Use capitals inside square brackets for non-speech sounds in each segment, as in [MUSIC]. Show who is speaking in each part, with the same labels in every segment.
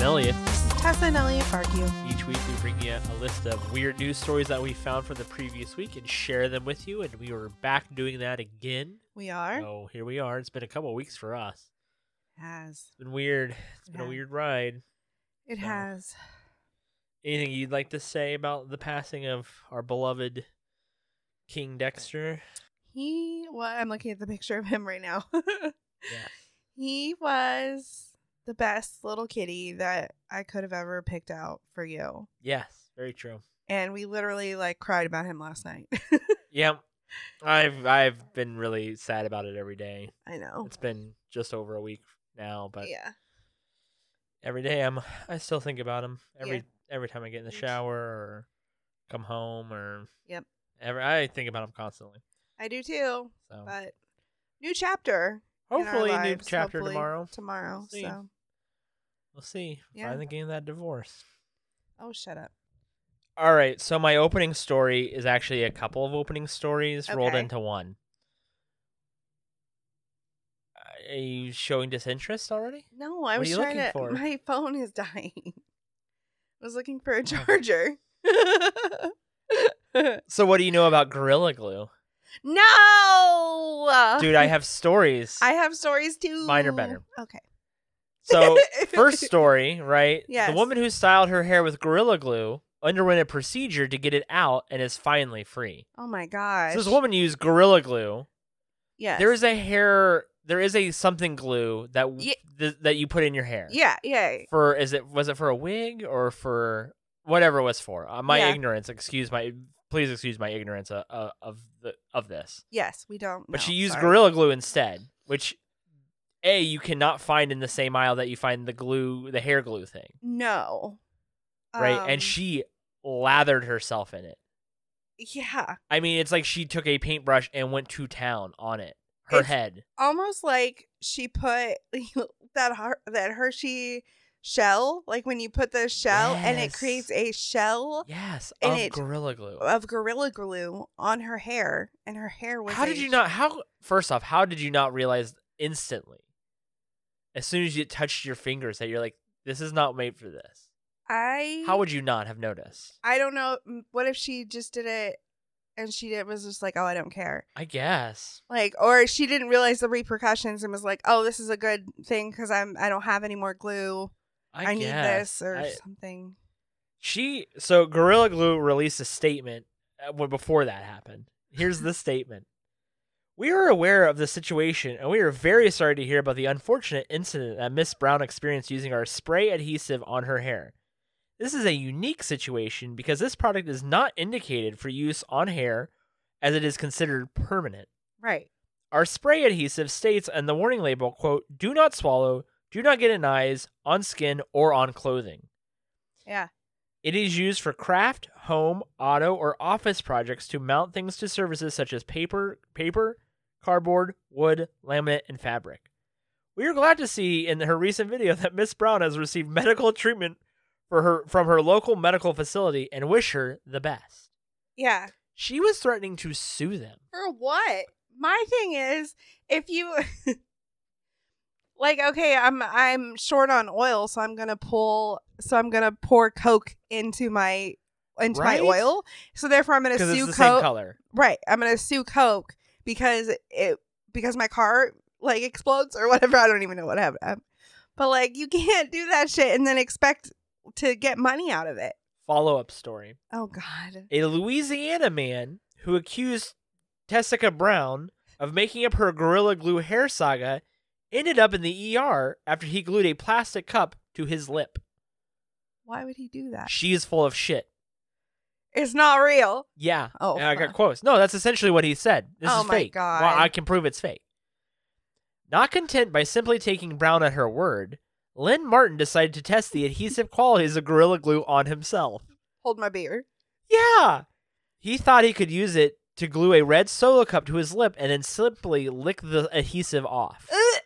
Speaker 1: Elliot.
Speaker 2: Tessa and Elliot Fargue.
Speaker 1: Each week, we bring you a list of weird news stories that we found from the previous week and share them with you. And we were back doing that again.
Speaker 2: We are.
Speaker 1: So here we are. It's been a couple weeks for us.
Speaker 2: Has.
Speaker 1: It's been weird. It's been
Speaker 2: Yeah.
Speaker 1: a weird ride.
Speaker 2: It
Speaker 1: So-
Speaker 2: has.
Speaker 1: Anything you'd like to say about the passing of our beloved King Dexter?
Speaker 2: He well, I'm looking at the picture of him right now. [LAUGHS]
Speaker 1: Yeah.
Speaker 2: He was the best little kitty that I could have ever picked out for you.
Speaker 1: Yes, very true.
Speaker 2: And we literally like cried about him last night. [LAUGHS]
Speaker 1: Yeah, I've I've been really sad about it every day.
Speaker 2: I know.
Speaker 1: It's been just over a week now, but
Speaker 2: yeah.
Speaker 1: every day I'm I still think about him every
Speaker 2: Yeah.
Speaker 1: every time I get in the
Speaker 2: Me too.
Speaker 1: shower or come home or
Speaker 2: Yep.
Speaker 1: Ever I think about him constantly.
Speaker 2: I do too.
Speaker 1: So
Speaker 2: But new chapter. in our
Speaker 1: Oh. hopefully new
Speaker 2: lives,
Speaker 1: chapter
Speaker 2: hopefully
Speaker 1: tomorrow.
Speaker 2: Tomorrow.
Speaker 1: See.
Speaker 2: So
Speaker 1: We'll see.
Speaker 2: Yeah.
Speaker 1: I think getting that divorce.
Speaker 2: oh shut up.
Speaker 1: All right, so my opening story is actually a couple of opening stories rolled
Speaker 2: Okay.
Speaker 1: into one. Are you showing disinterest already?
Speaker 2: No,
Speaker 1: What
Speaker 2: I
Speaker 1: are
Speaker 2: was
Speaker 1: you
Speaker 2: trying
Speaker 1: looking
Speaker 2: to.
Speaker 1: for?
Speaker 2: My [LAUGHS] phone is dying. I was looking for a
Speaker 1: Oh.
Speaker 2: charger. [LAUGHS]
Speaker 1: So what do you know about Gorilla Glue?
Speaker 2: no,
Speaker 1: Dude,
Speaker 2: [LAUGHS]
Speaker 1: I have stories.
Speaker 2: Uh, I have stories too.
Speaker 1: Mine are better.
Speaker 2: Okay. [LAUGHS]
Speaker 1: So first story, right?
Speaker 2: Yes.
Speaker 1: The woman who styled her hair with Gorilla Glue underwent a procedure to get it out and is finally free.
Speaker 2: Oh my gosh.
Speaker 1: So this woman used Gorilla Glue.
Speaker 2: Yes.
Speaker 1: There is a hair there is a something glue that
Speaker 2: Ye-
Speaker 1: th- that you put in your hair.
Speaker 2: Yeah. Yeah.
Speaker 1: for is it was it for a wig or for whatever it was for uh, my
Speaker 2: Yeah.
Speaker 1: ignorance excuse my please excuse my ignorance uh, uh, of the of this
Speaker 2: Yes. We don't.
Speaker 1: but
Speaker 2: know.
Speaker 1: she used
Speaker 2: Sorry.
Speaker 1: gorilla glue instead which a you cannot find in the same aisle that you find the glue the hair glue thing
Speaker 2: No.
Speaker 1: right
Speaker 2: Um,
Speaker 1: and she lathered herself in it
Speaker 2: Yeah.
Speaker 1: i mean it's like she took a paintbrush and went to town on it her
Speaker 2: It's-
Speaker 1: head
Speaker 2: Almost like she put [LAUGHS] that har- that Hershey shell, like when you put the shell and it
Speaker 1: Yes.
Speaker 2: creates a shell
Speaker 1: yes
Speaker 2: and
Speaker 1: of
Speaker 2: it-
Speaker 1: gorilla glue
Speaker 2: of gorilla glue on her hair, and her hair was.
Speaker 1: How did
Speaker 2: a-
Speaker 1: you not? How first off, how did you not realize instantly, as soon as you touched your fingers, that you're like, this is not made for this?
Speaker 2: I
Speaker 1: How would you not have noticed?
Speaker 2: I don't know. m- What if she just did it, and she did, was just like, "Oh, I don't care,"
Speaker 1: I guess.
Speaker 2: like, or she didn't realize the repercussions and was like, "Oh, this is a good thing because I'm I don't have any more glue. I,
Speaker 1: I,
Speaker 2: need
Speaker 1: guess.
Speaker 2: this or
Speaker 1: I-
Speaker 2: something."
Speaker 1: she so Gorilla Glue released a statement uh, when- before that happened. Here's the statement. We are aware of the situation and we are very sorry to hear about the unfortunate incident that Miss Brown experienced using our spray adhesive on her hair. This is a unique situation because this product is not indicated for use on hair as it is considered permanent.
Speaker 2: Right.
Speaker 1: Our spray adhesive states on the warning label, quote, do not swallow, do not get in eyes, on skin, or on clothing.
Speaker 2: Yeah.
Speaker 1: It is used for craft, home, auto, or office projects to mount things to surfaces such as paper, paper, cardboard, wood, laminate, and fabric. We are glad to see in her recent video [LAUGHS] that Miss Brown has received medical treatment for her from her local medical facility and wish her the best.
Speaker 2: Yeah.
Speaker 1: She was threatening to sue them.
Speaker 2: For what? My thing is, if you [LAUGHS] like, okay, I'm I'm short on oil, so I'm gonna pull, so I'm gonna pour Coke into my into
Speaker 1: Right?
Speaker 2: my oil. So therefore, I'm gonna
Speaker 1: Because it's
Speaker 2: sue
Speaker 1: the same
Speaker 2: Coke.
Speaker 1: color.
Speaker 2: Right, I'm gonna sue Coke because it because my car like explodes or whatever. I don't even know what happened. Um, But like, you can't do that shit and then expect to get money out of it.
Speaker 1: Follow up story.
Speaker 2: Oh God.
Speaker 1: a Louisiana man who accused Tessica Brown of making up her Gorilla Glue hair saga ended up in the ER after he glued a plastic cup to his lip.
Speaker 2: Why would he do that?
Speaker 1: She is full of shit.
Speaker 2: It's not real.
Speaker 1: Yeah.
Speaker 2: Oh,
Speaker 1: And I got
Speaker 2: huh.
Speaker 1: quotes. No, that's essentially what he said. This
Speaker 2: Oh
Speaker 1: is
Speaker 2: my
Speaker 1: fake.
Speaker 2: God.
Speaker 1: Well, I can prove it's fake. Not content by simply taking Brown at her word, Lynn Martin decided to test the adhesive qualities of Gorilla Glue on himself.
Speaker 2: Hold my beer.
Speaker 1: Yeah. He thought he could use it to glue a red solo cup to his lip and then simply lick the adhesive off.
Speaker 2: Ugh.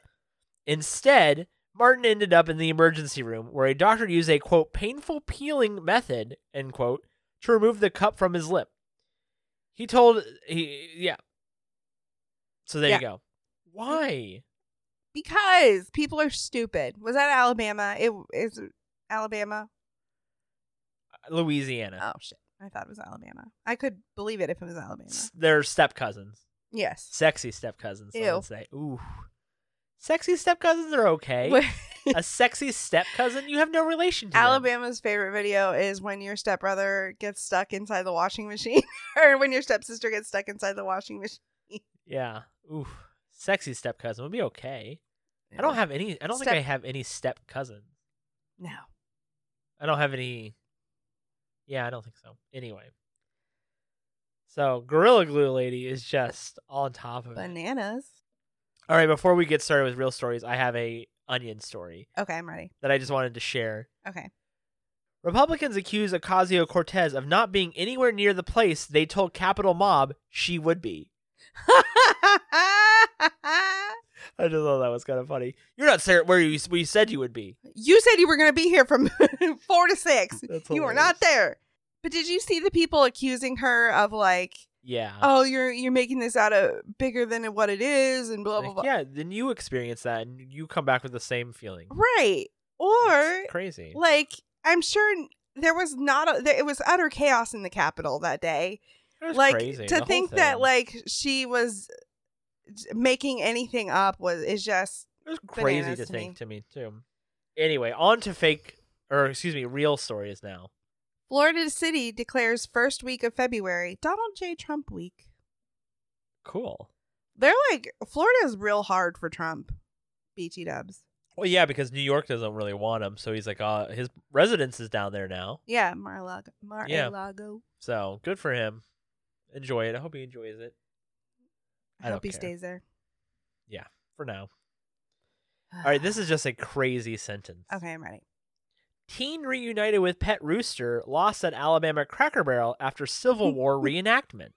Speaker 1: Instead, Martin ended up in the emergency room where a doctor used a quote painful peeling method end quote to remove the cup from his lip. He told he yeah. So there
Speaker 2: Yeah.
Speaker 1: you go. Why?
Speaker 2: because people are stupid. Was that Alabama? It is Alabama?
Speaker 1: Louisiana.
Speaker 2: Oh shit. I thought it was Alabama. I could believe it if it was Alabama.
Speaker 1: S- They're step cousins.
Speaker 2: Yes.
Speaker 1: Sexy step cousins. I
Speaker 2: Ew.
Speaker 1: would say. Ooh. Sexy step cousins are okay. a sexy step cousin, you have no relation to. them.
Speaker 2: Alabama's favorite video is when your stepbrother gets stuck inside the washing machine [LAUGHS] or when your stepsister gets stuck inside the washing machine.
Speaker 1: Yeah. Ooh. Sexy step cousin would be okay. I don't have any. I don't
Speaker 2: Step-
Speaker 1: think I have any step cousins.
Speaker 2: No.
Speaker 1: I don't have any. Yeah, I don't think so. Anyway. So Gorilla Glue Lady is just on top of it.
Speaker 2: Bananas.
Speaker 1: All right, before we get started with real stories, I have a onion story
Speaker 2: Okay, I'm ready.
Speaker 1: that I just wanted to share.
Speaker 2: Okay. [LAUGHS]
Speaker 1: Republicans accuse Ocasio Cortez of not being anywhere near the place they told Capitol Mob she would be. I just thought that was kind of funny. You're not Sarah, where you we said you would be.
Speaker 2: you said you were going to be here from [LAUGHS] 4 to 6.
Speaker 1: That's
Speaker 2: You were
Speaker 1: hilarious.
Speaker 2: not there. But did you see the people accusing her of like,
Speaker 1: Yeah.
Speaker 2: "Oh, you're you're making this out of bigger than what it is and blah blah
Speaker 1: Like,
Speaker 2: blah."
Speaker 1: yeah. Then you experience that, and you come back with the same feeling.
Speaker 2: Right.
Speaker 1: It's
Speaker 2: Or
Speaker 1: crazy.
Speaker 2: like I'm sure there was not a, there, it was utter chaos in the Capitol that day.
Speaker 1: It was
Speaker 2: like
Speaker 1: crazy, the
Speaker 2: to
Speaker 1: whole
Speaker 2: think that
Speaker 1: thing.
Speaker 2: like she was j- making anything up was is just
Speaker 1: it was crazy
Speaker 2: bananas
Speaker 1: to
Speaker 2: to
Speaker 1: think
Speaker 2: me.
Speaker 1: to me too. Anyway, on to fake or excuse me, real stories now.
Speaker 2: Florida City declares first week of February Donald J Trump week.
Speaker 1: Cool.
Speaker 2: They're like Florida's real hard for Trump. BT dubs.
Speaker 1: Well, yeah, because New York doesn't really want him, so he's like, uh, his residence is down there now.
Speaker 2: Yeah, Mar-a-Lago. Mar-a-Lago.
Speaker 1: So good for him. Enjoy it. I hope he enjoys it I
Speaker 2: I
Speaker 1: don't
Speaker 2: hope he
Speaker 1: care.
Speaker 2: stays there.
Speaker 1: for now. All right, this is just a crazy sentence.
Speaker 2: [SIGHS] Okay, I'm ready.
Speaker 1: Teen reunited with pet rooster lost at Alabama Cracker Barrel after Civil
Speaker 2: [LAUGHS]
Speaker 1: War reenactment.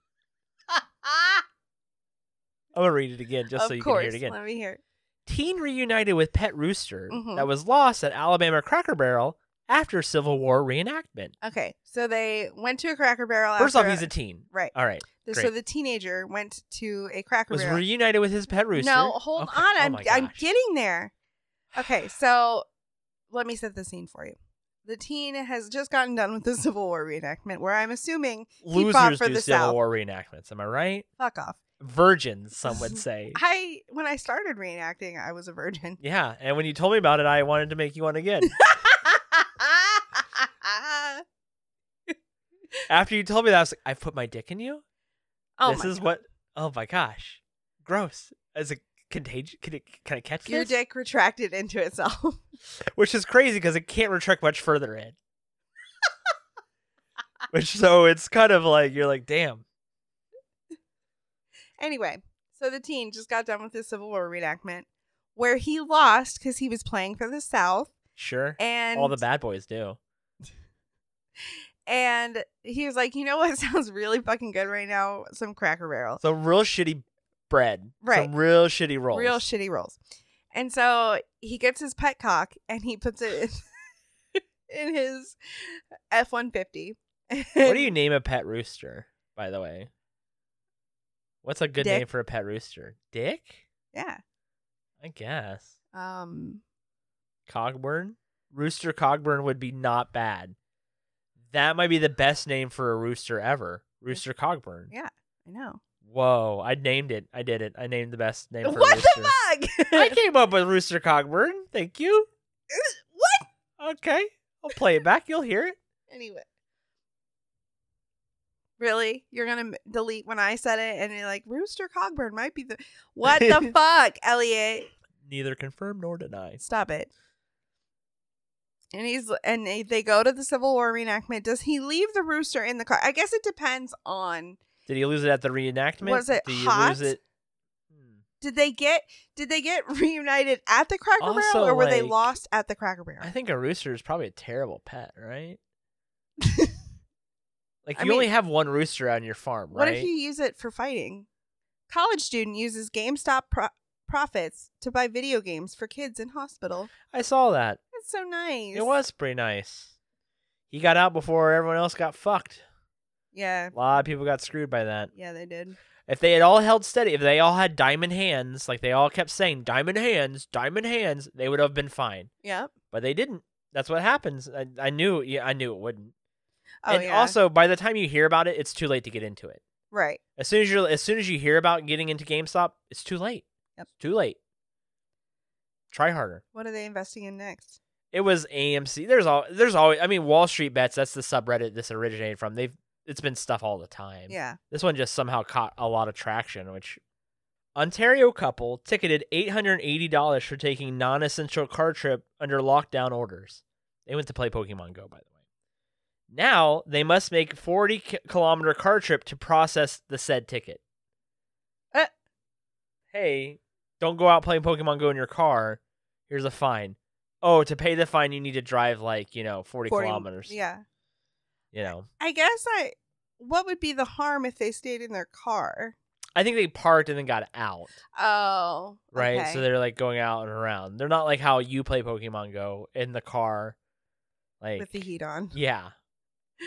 Speaker 1: I'm gonna read it again
Speaker 2: [LAUGHS]
Speaker 1: just
Speaker 2: of
Speaker 1: so you
Speaker 2: course.
Speaker 1: can hear it again.
Speaker 2: Let me hear. it.
Speaker 1: Teen reunited with pet rooster
Speaker 2: Mhm.
Speaker 1: that was lost at Alabama Cracker Barrel after Civil War reenactment.
Speaker 2: Okay, so they went to a Cracker Barrel.
Speaker 1: First off,
Speaker 2: after
Speaker 1: he's a teen.
Speaker 2: right.
Speaker 1: All right,
Speaker 2: The-
Speaker 1: Great.
Speaker 2: So the teenager went to a Cracker
Speaker 1: was
Speaker 2: Barrel.
Speaker 1: reunited with his pet rooster.
Speaker 2: No, hold
Speaker 1: Okay.
Speaker 2: on.
Speaker 1: Oh
Speaker 2: I'm,
Speaker 1: my
Speaker 2: I'm
Speaker 1: gosh.
Speaker 2: getting there. Okay, so let me set the scene for you. The teen has just gotten done with the [LAUGHS] Civil War reenactment, where I'm assuming he fought
Speaker 1: Losers
Speaker 2: for
Speaker 1: do
Speaker 2: the
Speaker 1: Civil
Speaker 2: South.
Speaker 1: War reenactments. Am I right?
Speaker 2: Fuck off.
Speaker 1: Virgins, some
Speaker 2: [LAUGHS]
Speaker 1: would say.
Speaker 2: I when I started reenacting, I was a virgin. [LAUGHS]
Speaker 1: yeah, and when you told me about it, I wanted to make you one again. After you told me that, I was like, I put my dick in you.
Speaker 2: oh
Speaker 1: this
Speaker 2: my
Speaker 1: is what. Oh my gosh, gross. Is it contagious? Can it can it catch
Speaker 2: your
Speaker 1: this?
Speaker 2: dick retracted into itself.
Speaker 1: Which is crazy because it can't retract much further
Speaker 2: [LAUGHS]
Speaker 1: in. Which so it's kind of like you're like, damn.
Speaker 2: anyway, so the teen just got done with his Civil War reenactment, where he lost because he was playing for the South,
Speaker 1: Sure,
Speaker 2: and
Speaker 1: all the bad boys do.
Speaker 2: and he was like, you know what [LAUGHS] sounds really fucking good right now? Some Cracker Barrel,
Speaker 1: Some real shitty bread.
Speaker 2: Right.
Speaker 1: Some real shitty rolls.
Speaker 2: real shitty rolls. And so he gets his pet cock and he puts it in, [LAUGHS] in his F one fifty.
Speaker 1: what do you name a pet rooster, by the way? What's a good
Speaker 2: Dick.
Speaker 1: name for a pet rooster? Dick?
Speaker 2: [LAUGHS] Yeah.
Speaker 1: I guess.
Speaker 2: Um.
Speaker 1: Cogburn? Rooster Cogburn would be not bad. That might be the best name for a rooster ever. Rooster Cogburn.
Speaker 2: Yeah. I know.
Speaker 1: Whoa, I named it. I did it. I named the best name for a
Speaker 2: What
Speaker 1: rooster.
Speaker 2: the fuck?
Speaker 1: [LAUGHS]
Speaker 2: [LAUGHS]
Speaker 1: I came up with Rooster Cogburn. Thank you.
Speaker 2: what?
Speaker 1: Okay. I'll play it back. You'll hear it.
Speaker 2: Anyway. Really? You're gonna m- delete when I said it, and you're like, Rooster Cogburn might be the
Speaker 1: [LAUGHS]
Speaker 2: what the fuck, Elliot?
Speaker 1: Neither confirm nor deny.
Speaker 2: Stop it. And he's and they- they go to the Civil War reenactment. Does he leave the rooster in the car? I guess it depends on.
Speaker 1: Did he lose it at the reenactment?
Speaker 2: Was it
Speaker 1: Did you
Speaker 2: hot?
Speaker 1: lose it? Hmm.
Speaker 2: Did they get did they get [LAUGHS] reunited at the Cracker Barrel,
Speaker 1: Also,
Speaker 2: or were they
Speaker 1: like,
Speaker 2: lost at the Cracker Barrel?
Speaker 1: I think a rooster is probably a terrible pet, right?
Speaker 2: [LAUGHS]
Speaker 1: like
Speaker 2: I
Speaker 1: you only
Speaker 2: mean-
Speaker 1: have one rooster on your farm,
Speaker 2: What
Speaker 1: right?
Speaker 2: if you use it for fighting? College student uses GameStop pro- profits to buy video games for kids in hospital.
Speaker 1: I saw that.
Speaker 2: That's so nice.
Speaker 1: It was pretty nice. He got out before everyone else got fucked.
Speaker 2: Yeah.
Speaker 1: A lot of people got screwed by that.
Speaker 2: Yeah, they did.
Speaker 1: If they had all held steady, if they all had diamond hands, like they all kept saying, diamond hands, diamond hands, they would have been fine.
Speaker 2: Yep.
Speaker 1: But they didn't. That's what happens. I, I knew. Yeah, I knew it wouldn't.
Speaker 2: Oh,
Speaker 1: and
Speaker 2: yeah.
Speaker 1: also, by the time you hear about it, it's too late to get into it.
Speaker 2: right.
Speaker 1: As soon as you as soon as you hear about getting into GameStop, it's too late.
Speaker 2: Yep.
Speaker 1: Too late. Try harder.
Speaker 2: What are they investing in next?
Speaker 1: It was AMC. There's all there's always I mean Wall Street bets, that's the subreddit this originated from. They've it's been stuff all the time.
Speaker 2: Yeah.
Speaker 1: This one just somehow caught a lot of traction, which Ontario couple ticketed $880 for taking non-essential car trip under lockdown orders. They went to play Pokemon Go, by the way. Now they must make 40 ki- kilometer car trip to process the said ticket. Eh.
Speaker 2: Uh.
Speaker 1: Hey, don't go out playing Pokemon Go in your car. Here's a fine. Oh, to pay the fine, you need to drive like you know 40,
Speaker 2: 40
Speaker 1: kilometers.
Speaker 2: Yeah.
Speaker 1: you know.
Speaker 2: I guess I. What would be the harm if they stayed in their car?
Speaker 1: I think they parked and then got out.
Speaker 2: Oh.
Speaker 1: right? So
Speaker 2: okay.
Speaker 1: they're like going out and around. They're not like how you play Pokemon Go in the car, like
Speaker 2: with the heat on.
Speaker 1: yeah,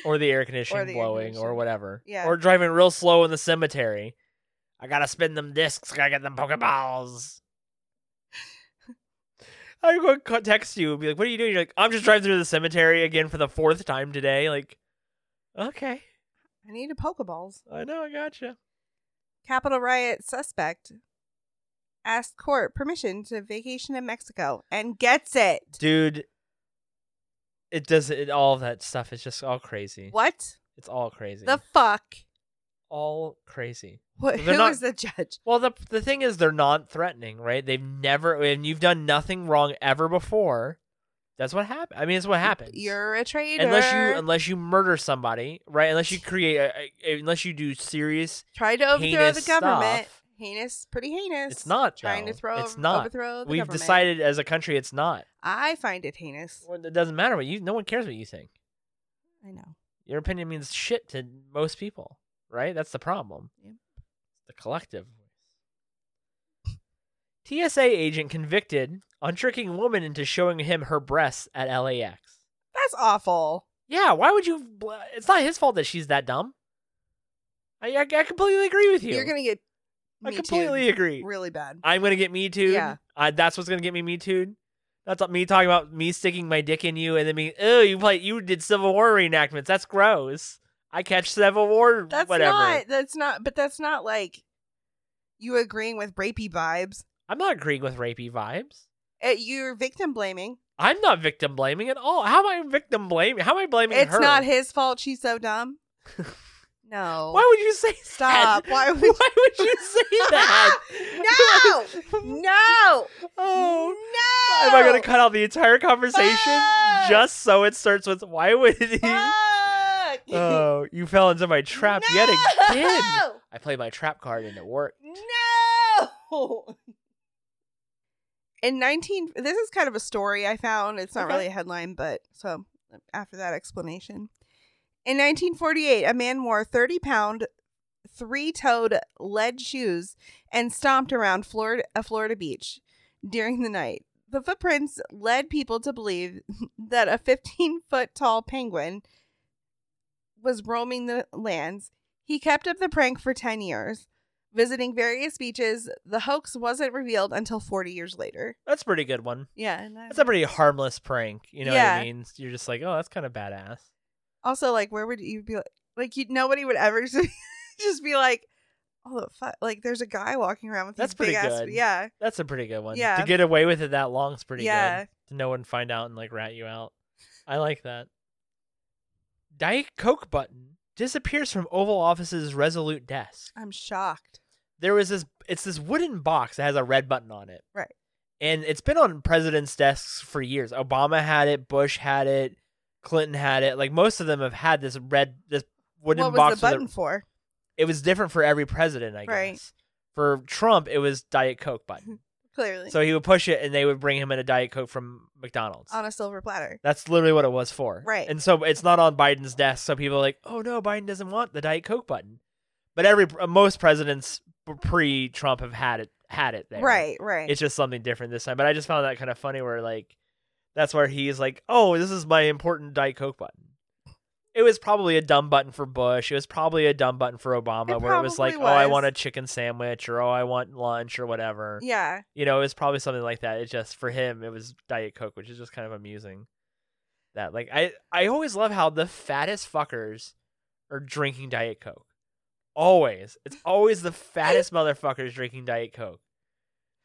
Speaker 1: or the air conditioning
Speaker 2: the air
Speaker 1: blowing or
Speaker 2: conditioning.
Speaker 1: whatever,
Speaker 2: Yeah.
Speaker 1: or driving real slow in the cemetery. I gotta spin them discs. Gotta get them Pokeballs.
Speaker 2: [LAUGHS]
Speaker 1: I'm going to text you and be like, "What are you doing?" You're like, "I'm just driving through the cemetery again for the fourth time today." Like, okay,
Speaker 2: I need a Pokeballs.
Speaker 1: I know, I gotcha.
Speaker 2: Capital riot suspect asks court permission to vacation in Mexico and gets it.
Speaker 1: dude it does it all that stuff is just all crazy
Speaker 2: What
Speaker 1: it's all crazy
Speaker 2: the fuck?
Speaker 1: all crazy
Speaker 2: What,
Speaker 1: Well,
Speaker 2: who
Speaker 1: they're
Speaker 2: is
Speaker 1: not-
Speaker 2: the judge?
Speaker 1: well the the thing is they're non-threatening right they've never and you've done nothing wrong ever before that's what happened i mean it's what happens
Speaker 2: You're a traitor.
Speaker 1: unless you unless you murder somebody right unless you create a, a- unless you do serious
Speaker 2: tried to overthrow the
Speaker 1: heinous
Speaker 2: government.
Speaker 1: stuff.
Speaker 2: Heinous, pretty heinous.
Speaker 1: it's not
Speaker 2: trying
Speaker 1: though.
Speaker 2: to throw
Speaker 1: it's not
Speaker 2: overthrow the
Speaker 1: we've
Speaker 2: government.
Speaker 1: decided as a country it's not
Speaker 2: I find it heinous.
Speaker 1: Well, it doesn't matter what you no one cares what you think
Speaker 2: I know.
Speaker 1: your opinion means shit to most people, right? That's the problem.
Speaker 2: Yep.
Speaker 1: It's the collective. TSA agent convicted on tricking woman into showing him her breasts at LAX.
Speaker 2: That's awful.
Speaker 1: Yeah, why would you? bl- It's not his fault that she's that dumb. I, I, I completely agree with you.
Speaker 2: You're gonna get.
Speaker 1: I
Speaker 2: Me
Speaker 1: completely agree.
Speaker 2: too, really bad.
Speaker 1: I'm gonna get me too.
Speaker 2: Yeah.
Speaker 1: I, that's what's gonna get me me too. That's me talking about me sticking my dick in you and then me. Oh, you play. You did Civil War reenactments. That's gross. I catch Civil War.
Speaker 2: That's
Speaker 1: whatever.
Speaker 2: not. That's not. But that's not like you agreeing with rapey vibes.
Speaker 1: I'm not agreeing with rapey vibes.
Speaker 2: Uh, you're victim blaming.
Speaker 1: I'm not victim blaming at all. How am I victim blaming? How am I blaming
Speaker 2: it's
Speaker 1: her?
Speaker 2: not his fault. She's
Speaker 1: [LAUGHS]
Speaker 2: so dumb. no.
Speaker 1: Why would you say [LAUGHS]
Speaker 2: Stop.
Speaker 1: That?
Speaker 2: Why would?
Speaker 1: Why would you say
Speaker 2: [LAUGHS]
Speaker 1: that?
Speaker 2: No.
Speaker 1: [LAUGHS]
Speaker 2: no.
Speaker 1: Oh.
Speaker 2: no.
Speaker 1: Am I gonna cut out the entire conversation
Speaker 2: Fuck.
Speaker 1: just so it starts with why would he?
Speaker 2: Fuck.
Speaker 1: Oh, you fell into my trap yet again.
Speaker 2: No.
Speaker 1: I played my trap card and it worked.
Speaker 2: No. In 19 this is kind of a story I found. It's not
Speaker 1: Okay.
Speaker 2: really a headline, but so after that explanation. In 1948, a man wore 30 pound, three toed lead shoes and stomped around Florida, a Florida beach during the night. The footprints led people to believe [LAUGHS] that a 15 foot tall penguin was roaming the lands. He kept up the prank for 10 years, visiting various beaches. The hoax wasn't revealed until 40 years later.
Speaker 1: That's a pretty good one.
Speaker 2: Yeah. And I-
Speaker 1: That's a pretty harmless prank. You know what
Speaker 2: Yeah.
Speaker 1: I mean? You're just like, oh, that's kind of badass.
Speaker 2: also, like, where would you be like, like you, nobody would ever [LAUGHS] just be like, oh, fuck. Like, there's a guy walking around with
Speaker 1: That's
Speaker 2: these
Speaker 1: pretty
Speaker 2: big ass.
Speaker 1: good.
Speaker 2: Yeah.
Speaker 1: That's a pretty good one.
Speaker 2: Yeah.
Speaker 1: To get away with it that long is pretty
Speaker 2: Yeah.
Speaker 1: good. To no one find out and like rat you out. I like that. Diet Coke button disappears from Oval Office's resolute desk.
Speaker 2: I'm shocked.
Speaker 1: There was this it's this wooden box that has a red button on it.
Speaker 2: Right.
Speaker 1: And it's been on presidents' desks for years. Obama had it, Bush had it, Clinton had it. Like most of them have had this red this wooden
Speaker 2: What was
Speaker 1: box
Speaker 2: the
Speaker 1: with a-
Speaker 2: button for?
Speaker 1: it was different for every president, I
Speaker 2: Right.
Speaker 1: guess. For Trump, it was Diet Coke button.
Speaker 2: [LAUGHS] Clearly.
Speaker 1: So he would push it, and they would bring him in a diet coke from McDonald's.
Speaker 2: on a silver platter.
Speaker 1: That's literally what it was for.
Speaker 2: Right.
Speaker 1: And so it's not on Biden's desk. So people are like, "Oh no, Biden doesn't want the diet coke button." But every uh, most presidents pre-Trump have had it had it there.
Speaker 2: Right, right.
Speaker 1: It's just something different this time. But I just found that kind of funny, where like that's where he's like, "Oh, this is my important diet coke button." It was probably a dumb button for Bush. It was probably a dumb button for Obama,
Speaker 2: It
Speaker 1: where it was like,
Speaker 2: probably
Speaker 1: "Oh, I
Speaker 2: was.
Speaker 1: want a chicken sandwich," or "Oh, I want lunch," or whatever
Speaker 2: yeah.
Speaker 1: [LAUGHS] you know, it was probably something like that. It just for him, it was Diet Coke, which is just kind of amusing. that like I I always love how the fattest fuckers are drinking diet coke. Always, it's always the
Speaker 2: [LAUGHS]
Speaker 1: fattest motherfuckers drinking diet coke.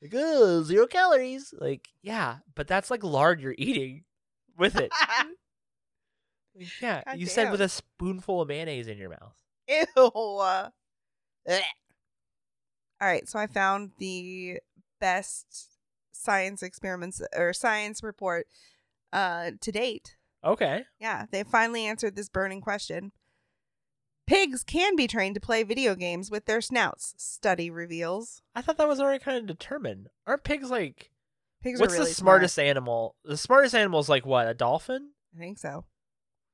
Speaker 1: Like oh, zero calories. Like yeah, but that's like lard you're eating with
Speaker 2: [LAUGHS]
Speaker 1: it. Like, yeah,
Speaker 2: God
Speaker 1: you said
Speaker 2: damn.
Speaker 1: with a spoonful of mayonnaise in your mouth.
Speaker 2: [LAUGHS] Ew. All right, so I found the best science experiments or science report uh, to date.
Speaker 1: Okay.
Speaker 2: Yeah, they finally answered this burning question. Pigs can be trained to play video games with their snouts, study reveals.
Speaker 1: I thought that was already kind of determined. Aren't pigs like
Speaker 2: Pigs
Speaker 1: what's
Speaker 2: are really
Speaker 1: the smartest
Speaker 2: smart.
Speaker 1: animal? The smartest animal is like what a dolphin,
Speaker 2: I think so.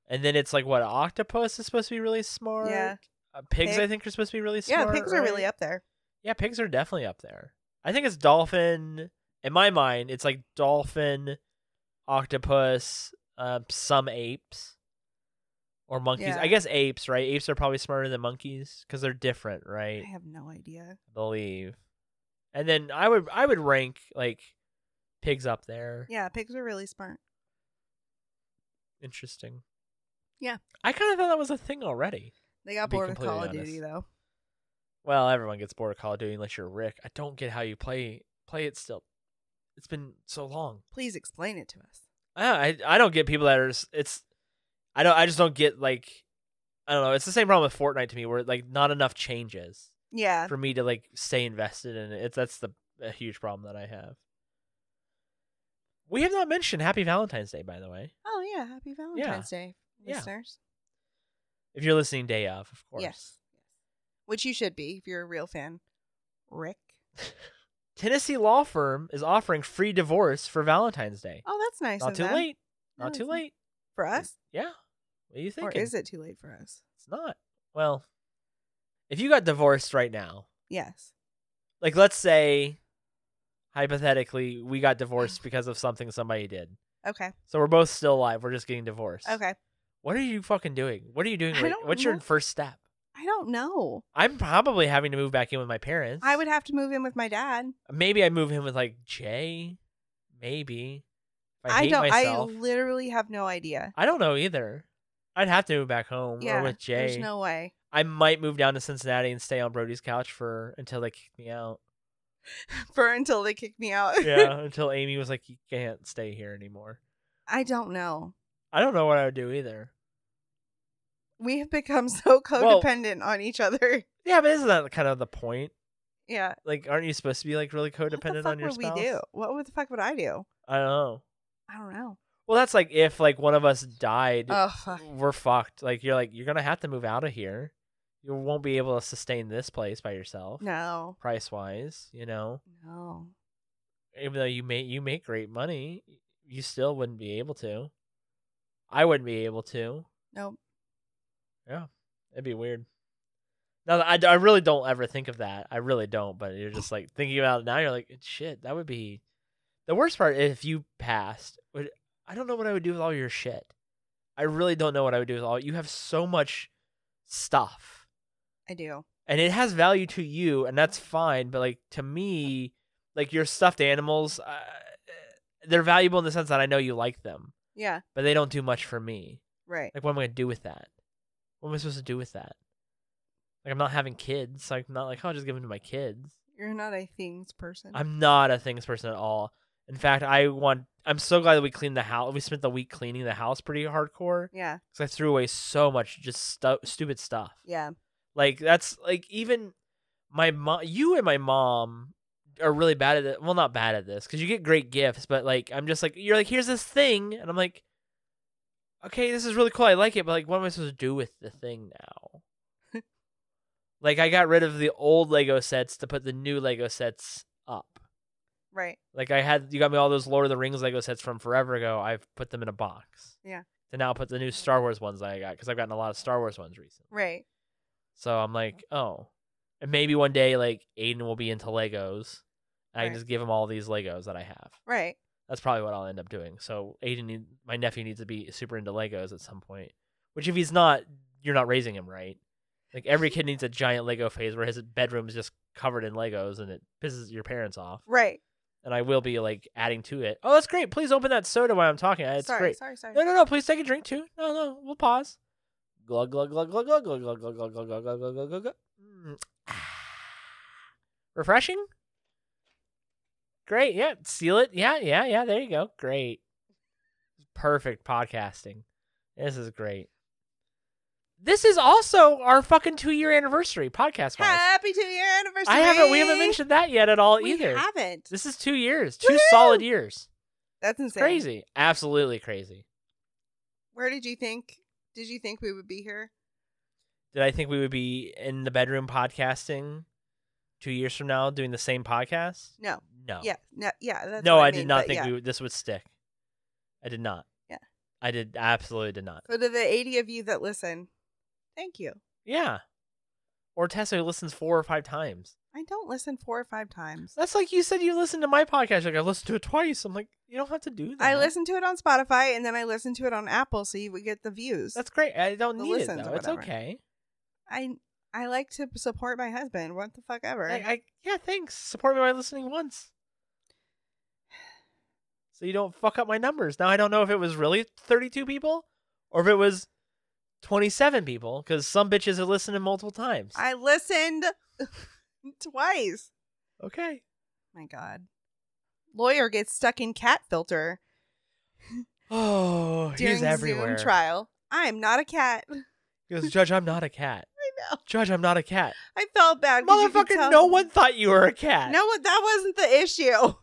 Speaker 1: and then it's like what an octopus is supposed to be really smart.
Speaker 2: Yeah.
Speaker 1: Uh, pigs I
Speaker 2: Pig-
Speaker 1: think are supposed to be really smart.
Speaker 2: Yeah, pigs are really
Speaker 1: right?
Speaker 2: up there.
Speaker 1: Yeah, pigs are definitely up there. I think it's dolphin. In my mind, it's like dolphin, octopus, uh, some apes, or monkeys.
Speaker 2: Yeah.
Speaker 1: I guess apes, right? Apes are probably smarter than monkeys because they're different, right?
Speaker 2: I have no idea.
Speaker 1: I believe. And then I would I would rank like pigs up there.
Speaker 2: Yeah, pigs are really smart.
Speaker 1: Interesting.
Speaker 2: Yeah.
Speaker 1: I kind of thought that was a thing already.
Speaker 2: They
Speaker 1: To
Speaker 2: got
Speaker 1: be
Speaker 2: bored with
Speaker 1: completely
Speaker 2: Call of Duty
Speaker 1: honest.
Speaker 2: though.
Speaker 1: Well, everyone gets bored of Call of Duty unless you're Rick. I don't get how you play play it still. It's been so long.
Speaker 2: Please explain it to us.
Speaker 1: I I I don't get people that are s- it's I don't I just don't get like I don't know. It's the same problem with Fortnite to me where like not enough changes
Speaker 2: Yeah.
Speaker 1: for me to like stay invested in it. It's that's the a huge problem that I have. We have not mentioned Happy Valentine's Day by the way.
Speaker 2: Oh yeah, happy Valentine's Day,
Speaker 1: Yeah.
Speaker 2: listeners.
Speaker 1: If you're listening day of, of course.
Speaker 2: Yes. Which you should be if you're a real fan. Rick.
Speaker 1: Tennessee law firm is offering free divorce for Valentine's Day.
Speaker 2: Oh, that's nice.
Speaker 1: not
Speaker 2: of
Speaker 1: too
Speaker 2: them.
Speaker 1: late.
Speaker 2: No,
Speaker 1: Not too
Speaker 2: it's not.
Speaker 1: late.
Speaker 2: for us,
Speaker 1: Yeah. What do you think?
Speaker 2: or is it too late for us?
Speaker 1: It's not. Well, if you got divorced right now,
Speaker 2: Yes.
Speaker 1: like let's say hypothetically we got
Speaker 2: [SIGHS]
Speaker 1: divorced because of something somebody did
Speaker 2: Okay.
Speaker 1: so we're both still alive we're just getting divorced
Speaker 2: Okay.
Speaker 1: what are you fucking doing what are you doing
Speaker 2: I
Speaker 1: right,
Speaker 2: don't
Speaker 1: what's your
Speaker 2: know.
Speaker 1: first step
Speaker 2: I don't know.
Speaker 1: i'm probably having to move back in with my parents
Speaker 2: I would have to move in with my dad.
Speaker 1: maybe i move in with like jay maybe if i,
Speaker 2: I,
Speaker 1: hate
Speaker 2: don't.
Speaker 1: myself
Speaker 2: I literally have no idea.
Speaker 1: I don't know either i'd have to move back home
Speaker 2: Yeah.
Speaker 1: or with jay
Speaker 2: There's no way. [LAUGHS]
Speaker 1: i might move down to cincinnati and stay on brody's couch for until they kick me out
Speaker 2: For until they kick me out.
Speaker 1: yeah until amy was like you can't stay here anymore
Speaker 2: I don't know.
Speaker 1: i don't know what i would do either
Speaker 2: We have become [LAUGHS] so
Speaker 1: Well-
Speaker 2: codependent on each other. [LAUGHS]
Speaker 1: Yeah, but isn't that kind of the point?
Speaker 2: Yeah.
Speaker 1: Like, aren't you supposed to be like really
Speaker 2: what the
Speaker 1: codependent
Speaker 2: fuck
Speaker 1: on your
Speaker 2: would
Speaker 1: spouse?
Speaker 2: we do? What would the fuck would I do?
Speaker 1: I don't know.
Speaker 2: I don't know.
Speaker 1: Well, that's like if like one of us died,
Speaker 2: Oh fuck.
Speaker 1: we're fucked. Like you're like you're gonna have to move out of here. You won't be able to sustain this place by yourself,
Speaker 2: No.
Speaker 1: price wise. You know,
Speaker 2: No.
Speaker 1: even though you make you make great money, you still wouldn't be able to. I wouldn't be able to.
Speaker 2: Nope.
Speaker 1: It'd be weird. Now that I, d- I really don't ever think of that. I really don't. But you're just like thinking about it now. You're like, shit, that would be the worst part. If you passed, would, I don't know what I would do with all your shit. I really don't know what I would do with all. You have so much stuff,
Speaker 2: I do.
Speaker 1: and it has value to you, and that's fine. But like to me, like your stuffed animals, uh, they're valuable in the sense that I know you like them,
Speaker 2: Yeah.
Speaker 1: but they don't do much for me.
Speaker 2: Right.
Speaker 1: Like, what am I gonna do with that? What am I supposed to do with that? Like, I'm not having kids. Like, I'm not like, oh, I'll just give them to my kids.
Speaker 2: You're not a things person.
Speaker 1: I'm not a things person at all. In fact, I want. I'm so glad that we cleaned the house. We spent the week cleaning the house pretty hardcore
Speaker 2: yeah.
Speaker 1: because I threw away so much just stu- stupid stuff.
Speaker 2: Yeah.
Speaker 1: Like that's like even my mom, you and my mom are really bad at it. Well, not bad at this because you get great gifts, but like I'm just like you're like here's this thing, and I'm like, okay, this is really cool. I like it, but like, what am I supposed to do with the thing now? like I got rid of the old Lego sets to put the new Lego sets up.
Speaker 2: Right.
Speaker 1: Like I had, you got me all those Lord of the Rings Lego sets from forever ago. I've put them in a box.
Speaker 2: Yeah.
Speaker 1: To now put the new Star Wars ones that I got because I've gotten a lot of Star Wars ones recently.
Speaker 2: Right.
Speaker 1: So I'm like, oh, and maybe one day like Aiden will be into Legos. And I can
Speaker 2: Right.
Speaker 1: just give him all these Legos that I have.
Speaker 2: Right.
Speaker 1: That's probably what I'll end up doing. So Aiden, need, my nephew, needs to be super into Legos at some point. Which, if he's not, you're not raising him right. Like every kid needs a giant Lego phase where his bedroom is just covered in Legos, and it pisses your parents off.
Speaker 2: Right.
Speaker 1: and I will be like adding to it. Oh, that's great. Please open that soda while I'm talking. It's
Speaker 2: sorry,
Speaker 1: great.
Speaker 2: sorry, sorry.
Speaker 1: No, no, no. Please take a drink too. No, no. We'll pause. Glug glug glug glug glug glug glug glug glug glug glug glug glug glug glug. Mm. [SIGHS] Refreshing. Great. Yeah. Seal it. Yeah. Yeah. Yeah. There you go. Great. Perfect podcasting. This is great. This is also our fucking two year anniversary podcast. wise.
Speaker 2: Happy two year anniversary.
Speaker 1: I haven't. We haven't mentioned that yet at all
Speaker 2: We
Speaker 1: either.
Speaker 2: haven't.
Speaker 1: This is two years. 2
Speaker 2: Woohoo!
Speaker 1: solid years.
Speaker 2: That's insane.
Speaker 1: Crazy. Absolutely crazy.
Speaker 2: Where did you think? Did you think we would be here?
Speaker 1: Did I think we would be in the bedroom podcasting two years from now doing the same podcast?
Speaker 2: No.
Speaker 1: No.
Speaker 2: Yeah. No. Yeah. That's
Speaker 1: no,
Speaker 2: what
Speaker 1: I,
Speaker 2: I,
Speaker 1: did
Speaker 2: mean,
Speaker 1: not
Speaker 2: but
Speaker 1: think
Speaker 2: yeah.
Speaker 1: we would, this would stick. I did not.
Speaker 2: Yeah.
Speaker 1: I did absolutely did not.
Speaker 2: So to the eighty of you that listen, thank you.
Speaker 1: Yeah. Or Tessa who listens four or five times.
Speaker 2: I don't listen four or five times.
Speaker 1: That's like you said you listened to my podcast. You're Like I listened to it twice. I'm like, you don't have to do that.
Speaker 2: I listen to it on Spotify and then I listen to it on Apple, so you would get the views.
Speaker 1: That's great. I don't
Speaker 2: The
Speaker 1: need it
Speaker 2: listens or
Speaker 1: though. It's
Speaker 2: whatever.
Speaker 1: okay.
Speaker 2: I I like to support my husband. What the fuck ever.
Speaker 1: I, I yeah, thanks. Support me by listening once. [SIGHS] So you don't fuck up my numbers. Now I don't know if it was really 32 people or if it was 27 people cuz some bitches are listening multiple times.
Speaker 2: I listened [LAUGHS] twice.
Speaker 1: okay. [SIGHS]
Speaker 2: My God. Lawyer gets stuck in cat filter
Speaker 1: Oh,
Speaker 2: during
Speaker 1: he's everywhere.
Speaker 2: Zoom trial. I am not a cat. I
Speaker 1: He goes, "Judge, I'm not a
Speaker 2: [LAUGHS]
Speaker 1: cat."
Speaker 2: know.
Speaker 1: Judge, I'm not a cat.
Speaker 2: I felt bad. 'cause you could
Speaker 1: Motherfucker,
Speaker 2: tell-
Speaker 1: no one thought you were a cat.
Speaker 2: No, one- that wasn't the issue.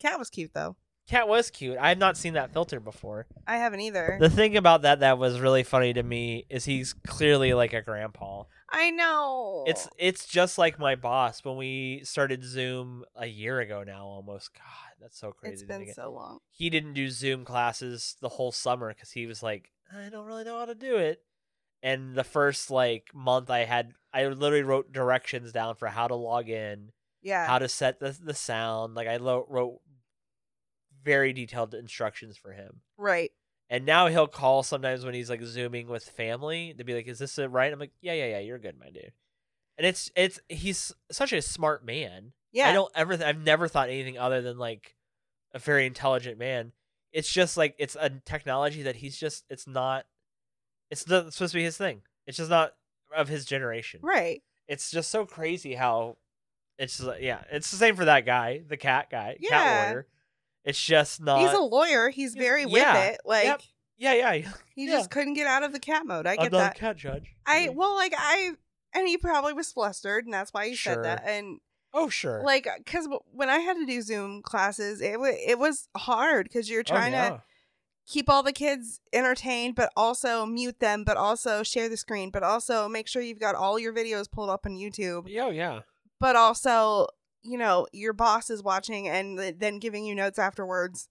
Speaker 2: Cat was cute though.
Speaker 1: Cat was cute. I have not seen that filter before.
Speaker 2: I haven't either.
Speaker 1: The thing about that that was really funny to me is he's clearly like a grandpa.
Speaker 2: I know.
Speaker 1: It's it's just like my boss when we started Zoom a year ago now almost. God, that's so crazy.
Speaker 2: it's
Speaker 1: to
Speaker 2: been
Speaker 1: think it-
Speaker 2: so long.
Speaker 1: He didn't do Zoom classes the whole summer because he was like, I don't really know how to do it. And the first like month, I had I literally wrote directions down for how to log in,
Speaker 2: Yeah.
Speaker 1: how to set the the sound. Like I lo- wrote very detailed instructions for him.
Speaker 2: right.
Speaker 1: And now he'll call sometimes when he's like zooming with family to be like, "Is this it right?" I'm like, "Yeah, yeah, yeah. You're good, my dude." And it's it's he's such a smart man.
Speaker 2: Yeah.
Speaker 1: I don't ever th- I've never thought anything other than like a very intelligent man. It's just like it's a technology that he's just it's not it's not supposed to be his thing. It's just not of his generation.
Speaker 2: right.
Speaker 1: It's just so crazy how it's just, like- yeah. It's the same for that guy, the cat guy, cat
Speaker 2: Yeah.
Speaker 1: warrior. It's just not.
Speaker 2: He's a lawyer. He's
Speaker 1: he's-
Speaker 2: very with
Speaker 1: Uh, yeah,
Speaker 2: it. Like
Speaker 1: yep, yeah, yeah.
Speaker 2: he
Speaker 1: yeah.
Speaker 2: just couldn't get out of the cat mode. I
Speaker 1: I'm
Speaker 2: get
Speaker 1: not
Speaker 2: that.
Speaker 1: a cat judge.
Speaker 2: I
Speaker 1: Yeah.
Speaker 2: well, like I and he probably was flustered, and that's why he
Speaker 1: Sure.
Speaker 2: said that. And
Speaker 1: Oh sure.
Speaker 2: like, because when I had to do Zoom classes, it wa it was hard because
Speaker 1: Oh,
Speaker 2: you're trying to keep all the kids entertained, but also mute them, but also share the screen, but also make sure you've got all your videos pulled up on YouTube,
Speaker 1: Yeah, oh, yeah.
Speaker 2: but also you know your boss is watching and th- then giving you notes afterwards.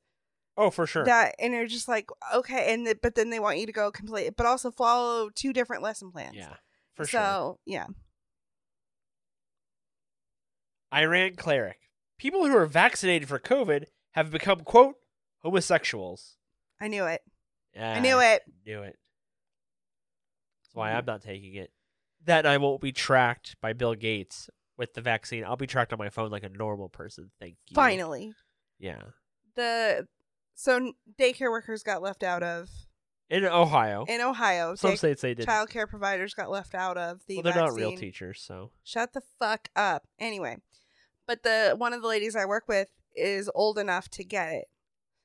Speaker 1: Oh, for sure.
Speaker 2: That and you're just like okay, and th- but then they want you to go complete, but also follow two different lesson plans.
Speaker 1: yeah, for sure.
Speaker 2: so yeah.
Speaker 1: Iran cleric. People who are vaccinated for COVID have become quote homosexuals.
Speaker 2: I knew it.
Speaker 1: Yeah,
Speaker 2: I knew it.
Speaker 1: Knew it. That's why I'm not taking it. That and I won't be tracked by Bill Gates with the vaccine. I'll be tracked on my phone like a normal person. Thank you.
Speaker 2: Finally,
Speaker 1: Yeah.
Speaker 2: the so n- daycare workers got left out of
Speaker 1: In Ohio,
Speaker 2: in Ohio.
Speaker 1: Oh. some
Speaker 2: day-
Speaker 1: states they did.
Speaker 2: child care providers got left out of the.
Speaker 1: Well, they're not real
Speaker 2: vaccine.
Speaker 1: teachers, so
Speaker 2: Shut the fuck up. Anyway, but the one of the ladies I work with is old enough to get it,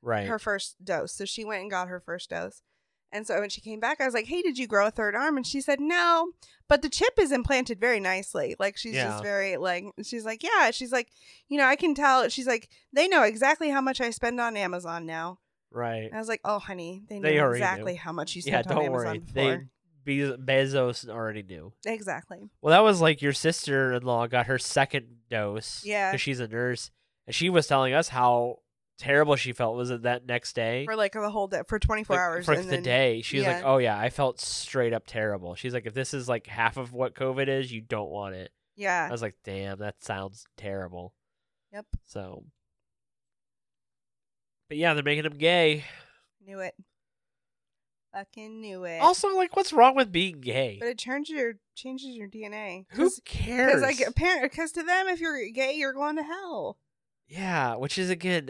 Speaker 1: right.
Speaker 2: her first dose. So she went and got her first dose. And so when she came back, I was like, "Hey, did you grow a third arm?" And she said, "No, but the chip is implanted very nicely. Like she's
Speaker 1: Yeah.
Speaker 2: just very like she's like, yeah, she's like, you know, I can tell. She's like, they know exactly how much I spend on Amazon now.
Speaker 1: right.
Speaker 2: And I was like, "Oh, honey, they,
Speaker 1: They
Speaker 2: knew
Speaker 1: already knew.
Speaker 2: exactly how much you
Speaker 1: Yeah,
Speaker 2: spent on
Speaker 1: don't
Speaker 2: Amazon
Speaker 1: worry. They
Speaker 2: before."
Speaker 1: Be- Bezos already knew.
Speaker 2: Exactly.
Speaker 1: Well, that was like your sister in law got her second dose.
Speaker 2: Yeah.
Speaker 1: 'cause she's a nurse, and she was telling us how terrible she felt. Was it that next day?
Speaker 2: For like the whole day, for 24
Speaker 1: Like,
Speaker 2: hours.
Speaker 1: for
Speaker 2: and
Speaker 1: the
Speaker 2: then,
Speaker 1: day. She was like,
Speaker 2: yeah.
Speaker 1: "Oh yeah, I felt straight up terrible." She's like, "If this is like half of what COVID is, you don't want it." I
Speaker 2: Yeah.
Speaker 1: was like, "Damn, that sounds terrible."
Speaker 2: Yep.
Speaker 1: So, but yeah, they're making them gay.
Speaker 2: Knew it. Fucking knew it.
Speaker 1: Also, like, what's wrong with being gay?
Speaker 2: but it turns your changes your DNA.
Speaker 1: Who
Speaker 2: Because
Speaker 1: cares?
Speaker 2: like apparent because to them, if you're gay, you're going to hell.
Speaker 1: Yeah, which is again,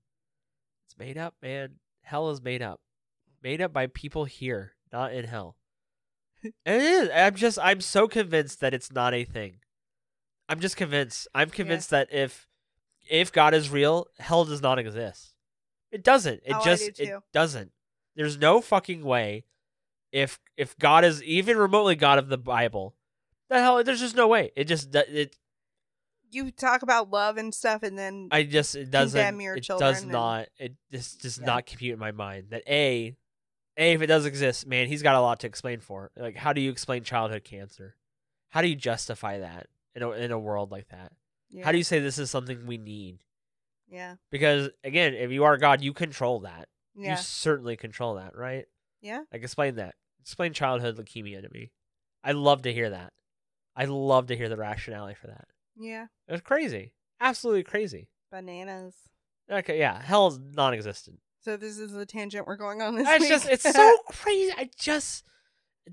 Speaker 1: [SIGHS] it's made up, man. Hell is made up, made up by people here, not in
Speaker 2: [LAUGHS]
Speaker 1: hell. And it is. I'm just, I'm so convinced that it's not a thing. I'm just convinced. I'm convinced that if, if God is real, hell does not exist. It doesn't. It
Speaker 2: Oh, I
Speaker 1: just,
Speaker 2: do
Speaker 1: it
Speaker 2: too.
Speaker 1: doesn't. There's no fucking way. If if God is even remotely God of the Bible, the hell, there's just no way. It just, do- it,
Speaker 2: You talk about love and stuff, and then
Speaker 1: I just it
Speaker 2: condemn
Speaker 1: doesn't.
Speaker 2: your
Speaker 1: it
Speaker 2: children
Speaker 1: does
Speaker 2: and-
Speaker 1: not. It just does
Speaker 2: Yeah.
Speaker 1: not compute in my mind that a, a if it does exist, man, he's got a lot to explain for. Like, how do you explain childhood cancer? How do you justify that in a, in a world like that?
Speaker 2: yeah,
Speaker 1: How do you say this is something we need?
Speaker 2: yeah,
Speaker 1: Because again, if you are God, you control that.
Speaker 2: yeah,
Speaker 1: You certainly control that, right?
Speaker 2: yeah.
Speaker 1: Like, explain that. Explain childhood leukemia to me. I love to hear that. I love to hear the rationale for that.
Speaker 2: Yeah,
Speaker 1: It's crazy, absolutely crazy.
Speaker 2: bananas.
Speaker 1: Okay, yeah, hell's non-existent.
Speaker 2: So this is the tangent we're going on
Speaker 1: [LAUGHS]
Speaker 2: this
Speaker 1: it's
Speaker 2: week. [LAUGHS]
Speaker 1: just it's so crazy i just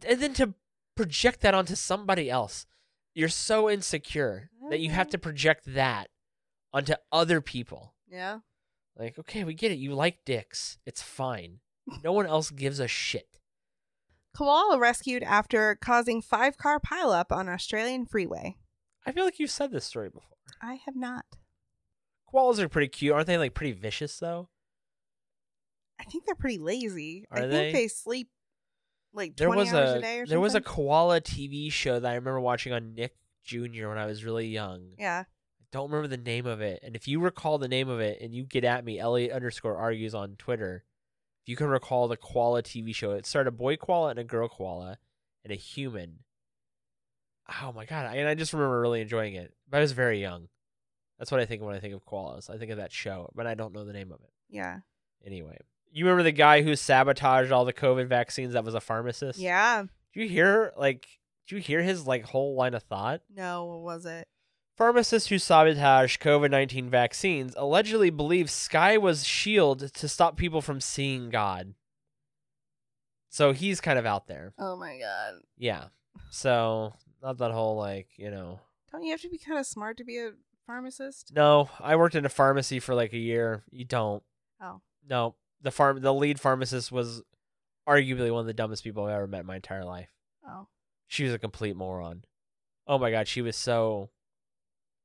Speaker 1: and then to project that onto somebody else you're so insecure that you have
Speaker 2: Mhm.
Speaker 1: to project that onto other people
Speaker 2: yeah,
Speaker 1: like okay we get it you like dicks it's fine no one else gives a shit
Speaker 2: koala rescued after causing five car pileup on Australian freeway.
Speaker 1: i feel like you've said this story before
Speaker 2: I have not.
Speaker 1: koalas are pretty cute aren't they like pretty vicious though
Speaker 2: I think they're pretty lazy. I
Speaker 1: Are
Speaker 2: think
Speaker 1: they?
Speaker 2: they, sleep like
Speaker 1: there
Speaker 2: twenty
Speaker 1: was
Speaker 2: hours
Speaker 1: a,
Speaker 2: a, day or
Speaker 1: there
Speaker 2: something.
Speaker 1: was a koala tv show that i remember watching on nick junior when i was really young
Speaker 2: yeah.
Speaker 1: don't remember the name of it. And if you recall the name of it and you get at me, Elliot underscore argues on Twitter, if you can recall the koala TV show, it started a boy koala and a girl koala and a human. Oh my god! I- And I just remember really enjoying it. But I was very young. That's what I think of when I think of koalas. I think of that show, but I don't know the name of it.
Speaker 2: Yeah.
Speaker 1: Anyway, you remember the guy who sabotaged all the COVID vaccines? That was a pharmacist.
Speaker 2: Yeah.
Speaker 1: Do you hear like? Do you hear his like whole line of thought?
Speaker 2: No, what was it?
Speaker 1: Pharmacists who sabotaged COVID 19 vaccines allegedly believe Sky was shield E to stop people from seeing God. So he's kind of out there.
Speaker 2: Oh my god.
Speaker 1: Yeah. So, not that whole, like, you know.
Speaker 2: Don't you have to be kind of smart to be a pharmacist?
Speaker 1: No, I worked in a pharmacy for like a year. You don't.
Speaker 2: Oh.
Speaker 1: No. The farm, the lead pharmacist was arguably one of the dumbest people I've ever met in my entire life.
Speaker 2: Oh.
Speaker 1: She was a complete moron. Oh my God. She was so,